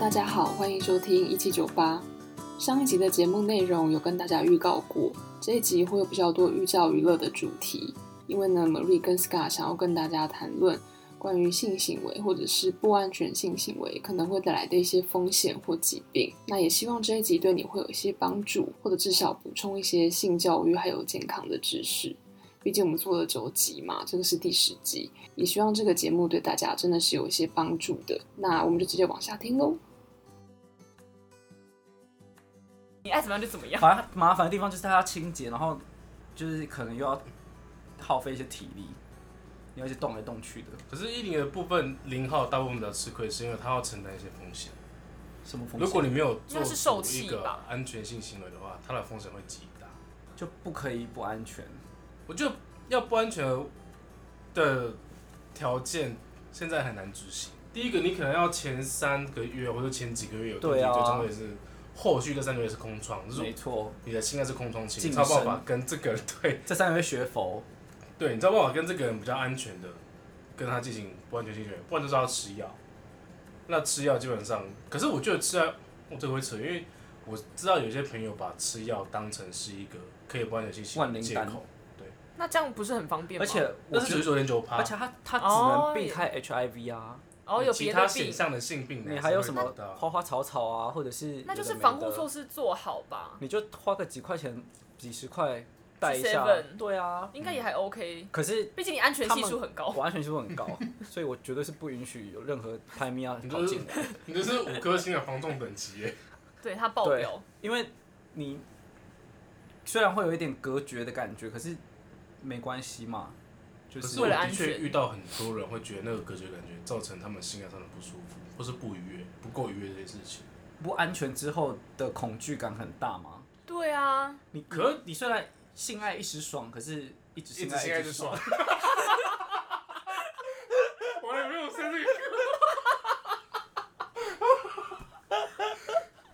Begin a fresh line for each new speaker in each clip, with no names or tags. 大家好，欢迎收听一七九八。上一集的节目内容有跟大家预告过，这一集会有比较多寓教于乐的主题，因为呢，Marie 跟 Scar 想要跟大家谈论关于性行为或者是不安全性行为可能会带来的一些风险或疾病。那也希望这一集对你会有一些帮助，或者至少补充一些性教育还有健康的知识。毕竟我们做了九集嘛，这个是第十集，也希望这个节目对大家真的是有一些帮助的。那我们就直接往下听喽。
你爱怎么样就怎么样。
反正麻烦的地方就是它要清洁，然后就是可能又要耗费一些体力，你要一直动来动去的，
可是一零的部分零号大部分比较吃亏，是因为他要承担一些风险。
什么风险？
如果你没有做
那是受
出
气
一个
吧
安全性行为的话，它的风险会极大。
就不可以不安全，
我觉得要不安全的条件现在很难执行。第一个，你可能要前三个月或者前几个月有
对啊
最重要也是后续这三个月是空窗，就是
没错。
你的心态是空窗期，
晋
你才有办
升
法跟这个人 对
这三个月学佛，
对，你才有办法跟这个人比较安全的跟他进行不安全性行为，不然就是要吃药。那吃药基本上，可是我觉得吃药我这个会扯，因为我知道有些朋友把吃药当成是一个可以不安全性行为的
万灵
借
丹
口，
那这样不是很方便吗？
而且我
那是
觉
九十
得，
九点九趴
而。且它它只
哦
能避开 HIV 啊，
哦，有
其
别
他
的
选
病，
项的性病呢，
你还有什
是
么
会得到
花花草草啊，或者是
那就是
有的没
防护
的
措，施做好吧，
你就花个几块钱、几十块带一
去
下
7-Eleven，
对啊。
应该也还 OK。
可是
毕竟你安全系数很 高，
我安全系数很高，所以我绝对是不允许有 任何拍咪啊
你
跑
就是
进来。
你这是五颗星的防重等级 耶，
对他爆表，
因为你虽然会有一点隔绝的感觉，可是没关系嘛，就
可
是
是我
为了
的
安
确
全
遇到很多人会觉得那个隔绝感觉造成他们心态上的不舒服，或是不愉悦、不够愉悦这些事情。
不安全之后的恐惧感很大嘛。
对啊，
你可你虽然性爱一时爽，可是一直性爱
一
直
直性爱就爽， 我也没有生这个。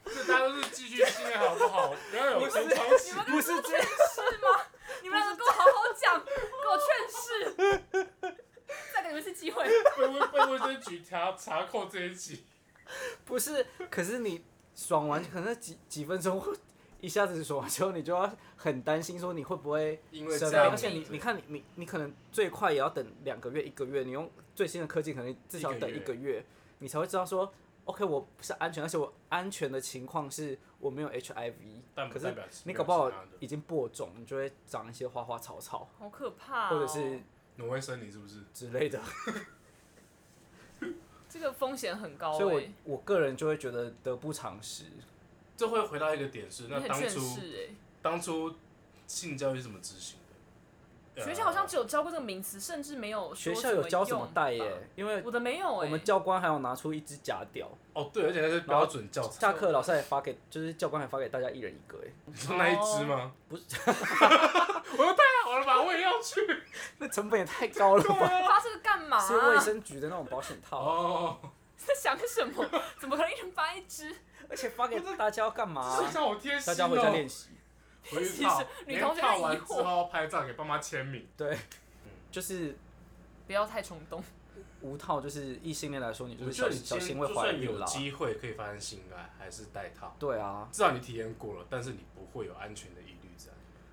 这大家都是继续性爱好不好？不要有空窗期。
不是这样，
是吗？ 你们两个给我好好讲，给我劝世，再给你们一次机会。
被卫被卫生局查查扣这一集，
不是，可是你爽完可能几几分钟。一下子爽完之后，你就要很担心，说你会不会
因为
生
这样
病而且你
子
你看你你你可能最快也要等两个月一个月，你用最新的科技可能至少等一
一
个
个
月，你才会知道说，OK，我是安全，而且我安全的情况是我没有 HIV，
但
可
不代
是
表是
你搞
没有
不好
其他的
已经播种，你就会长一些花花草草
好可怕、哦，哦
或者是
挪威森林是不是？
之类的，
这个风险很高、欸，
所以我我个人就会觉得得不偿失。
这会回到一个点是，那
你
当
很劝
初
世哎、
当初性教育是怎么执行的？
学校好像只
有
有教过这个名词，甚至没有
学
说
校有教
什
怎么带
嗯
耶，因为
用，我的没有哎、
我们教官还有拿出一支假屌，
哦对，而且那是标准教
哦
材，
下课老师还发给，就是教官还发给大家一人一个哎。
你说那一只吗？
不是，
我说太好了吧，我也要去。
那成本也太高了吧？
发这个干嘛、啊
是卫生局的那种保险套，
哦，
在想什么？怎么可能一人发一支？
而且发给大家要干嘛？
学校好贴心
大家
哦。
回家练习。
我一套，
女同学在
连套
疑惑
完之后拍照给爸妈签名。
对，就是
不要太冲动。
无套，就是异性恋来说，你就
我
是
觉
小
得你
小
今天
心会
就
怀
算
孕
有
啦。
机会可以发生性爱，还是戴套，
对啊，
至少你体验过了，但是你不会有安全的疑虑在。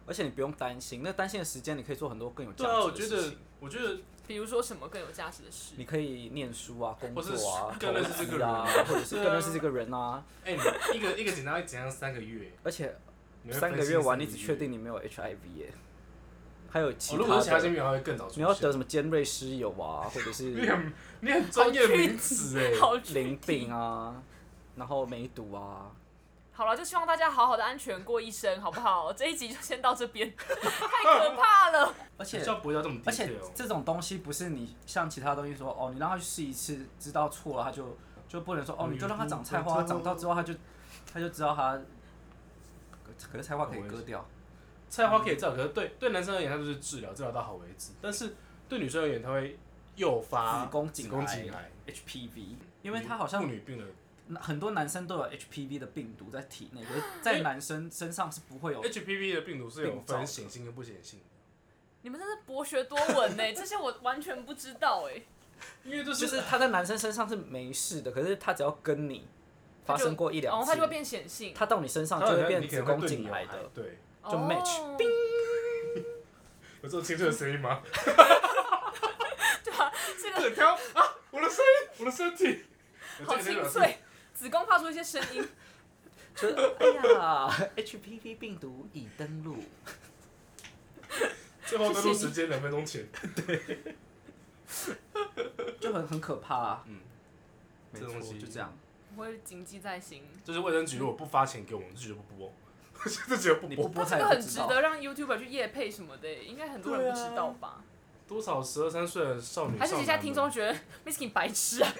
而且你不用担心，那担心的时间你可以做很多更有价
对啊，我
值的事
觉得
情。，
我觉得
比如说什么更有价值的事？
你可以念书啊，工
或是
作啊，
更认识
投资
这个
啊，
人
或者是
对啊
更认识这个人啊。
哎、你一个一个简单要讲三个月，
而且
你会
三个
分
月
心
完，
三
你
个
只
月
确定你没有 HIV 耶，还有其
啊哦，如果是其他
他
性
的，
病，还会更早出
你要得
现
什么尖锐湿疣啊，或 者是
你很你很专业名词 哎、
好具体
淋病啊，然后梅毒啊，
好了，就希望大家好好的安全过一生，好不好？这一集就先到这边， 太可怕了。
而
学
且
校不会要这么
而且
detail 哦。
这种东西不是你像其他东西说哦，你让他去试一次，知道错了他就就不能说哦，你就让他长菜花，
嗯
长到之后他就他就知道他，可可是菜花可以割掉，
菜花可以照，可是对对男生而言，它就是治疗，治疗到好为止。但是对女生而言，它会诱发
子宫
啊子
颈
宫
癌
颈癌，
HPV，因为他好像
妇女病的
很多男生都有 HPV 的病毒在体内，可
哎
是在男生身上是不会有。
HPV 的病毒是有
病灶的
分显性跟不显性的，
你们真是博学多闻呢、这些我完全不知道哎、
因为这
就是他在男生身上是没事的，可是他只要跟你，发生过一两
哦，
次
它就，会变显性，
它到你身上
它
就
好
会
像
变
你可
子
能会
宫
对
颈
你有
癌
害
的。
对，
就
哦
match，
有这种清脆的声音吗？
对啊，这个
很挑啊！我的声音，我的身体，
好清脆，子宫发出一些声音。
就是哎呀，HPV 病毒已登陆，
最后登录时间两分钟前，
就很很可怕、啊。
嗯，
没
这
错
东西，
就这样。
我会谨记在心。
就是卫生局如果不发钱给我们，就绝对不播， 就绝对不
你
播。
播
那这
他也
个
不
很
知
值
道。
得让 YouTuber 去夜配什么的，欸应该很多人不知道吧？
多少十二三岁的少
啊
女，
还是
少
底
男
下
们
听众，觉
嗯
得 Miskin 白痴啊？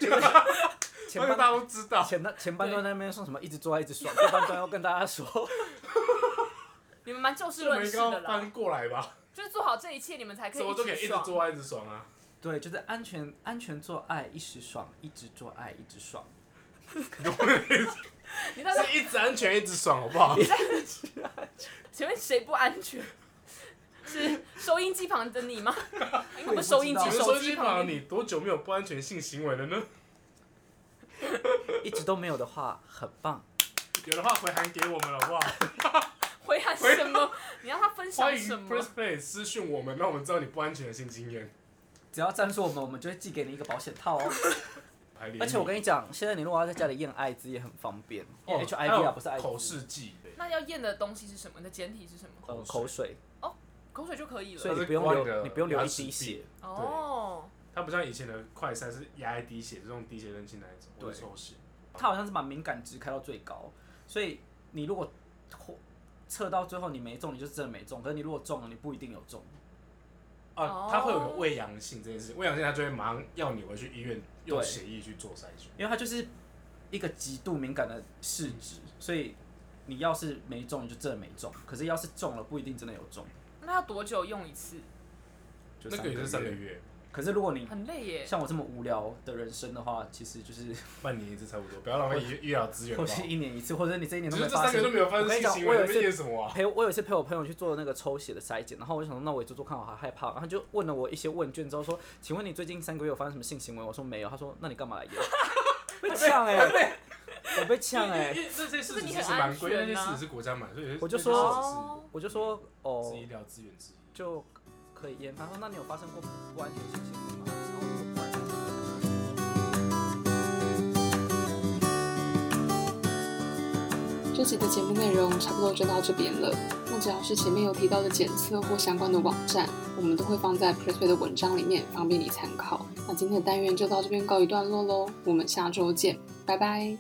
前
那个
半
大家都知道。
前半前半段那边说什么一直做爱一直 爽，后半段要跟大家说，
你们蛮就事
这
论
没
事
刚
的
刚
啦，
翻过来吧？
就是做好这一切，你们才可以
所以我就可以
起
一直
爽
做爱一直爽啊！
对，就是安全安全做爱一时爽，一直做爱一直爽。
你到底
是一直安全一直爽，好不好？
前面谁不安全？ 是收音机旁的你 吗？
哎
因为我们收音
我
机、
也不知道
手
手
机
机
旁
旁
的你，
你多久没有不安全性行为了呢？
一直都没有的话，很棒。
有的话回函给我们好不好？
回函什么？你让他分享
欢
什
迎
么？
Press Play 私讯我们，让我们知道你不安全的性经验。
只要赞助我们，我们就会寄给你一个保险套 哦。
排列
而且我跟你讲，现在你如果要在家里验艾滋也很方便，因为
哦
HIV 啊不是
还
艾
有
滋，
口试剂，
那要验的东西是什么？你的简体是什么？
呃口水，
口水就可以
所
了。
以你不用流，你不用流一滴血。
哦，
它不像以前的快筛是压一滴血，是用滴血认亲那一种，
对
我是抽血。
它好像是把敏感值开到最高，所以你如果测到最后你没中，你就真的没中；可是你如果中了，你不一定有中。
啊
哦，
它会有个胃阳性这件事情，胃阳性它就会马上要你回去医院用
对
血液去做筛选。
因为它就是一个极度敏感的试纸，所以你要是没中，你就真的没中；可是要是中了，不一定真的有中。
那要多久用一次？
就
那个也是三个。月，
可是如果你
很累耶。
像我这么无聊的人生的话，其实就是
半年一次差不多，不要浪费医医疗资源吧。
或是
只
一年一次，或者你这一年都没
是这
发
三个
生
月都。没有发
我
生
跟你
性
讲
行
我
为，
有
那
一次
边演什么啊？
陪我我有一次陪我朋友去做那个抽血的筛检，然后我就想说，那我也做做看，我好害怕。然后他就问了我一些问卷之后说，请问你最近三个月有发生什么性行为？我说没有。他说那你干嘛来验？被呛哎、我被呛哎、
因为因为这些事
就是
情
你
其
很
实蛮贵，
安
那
全
些
啊
事是国家买，所以有些
我就
那些
说
事
哦
是
我就说哦
是，医疗资源之一。
就可以验。他说：“那你有发生过不安全性行为吗？”然后我说：“不安全性行为。”
这集的节目内容差不多就到这边了。那只要是前面有提到的检测或相关的网站，我们都会放在 Pressplay 的文章里面，方便你参考。那今天的单元就到这边告一段落喽，我们下周见，拜拜。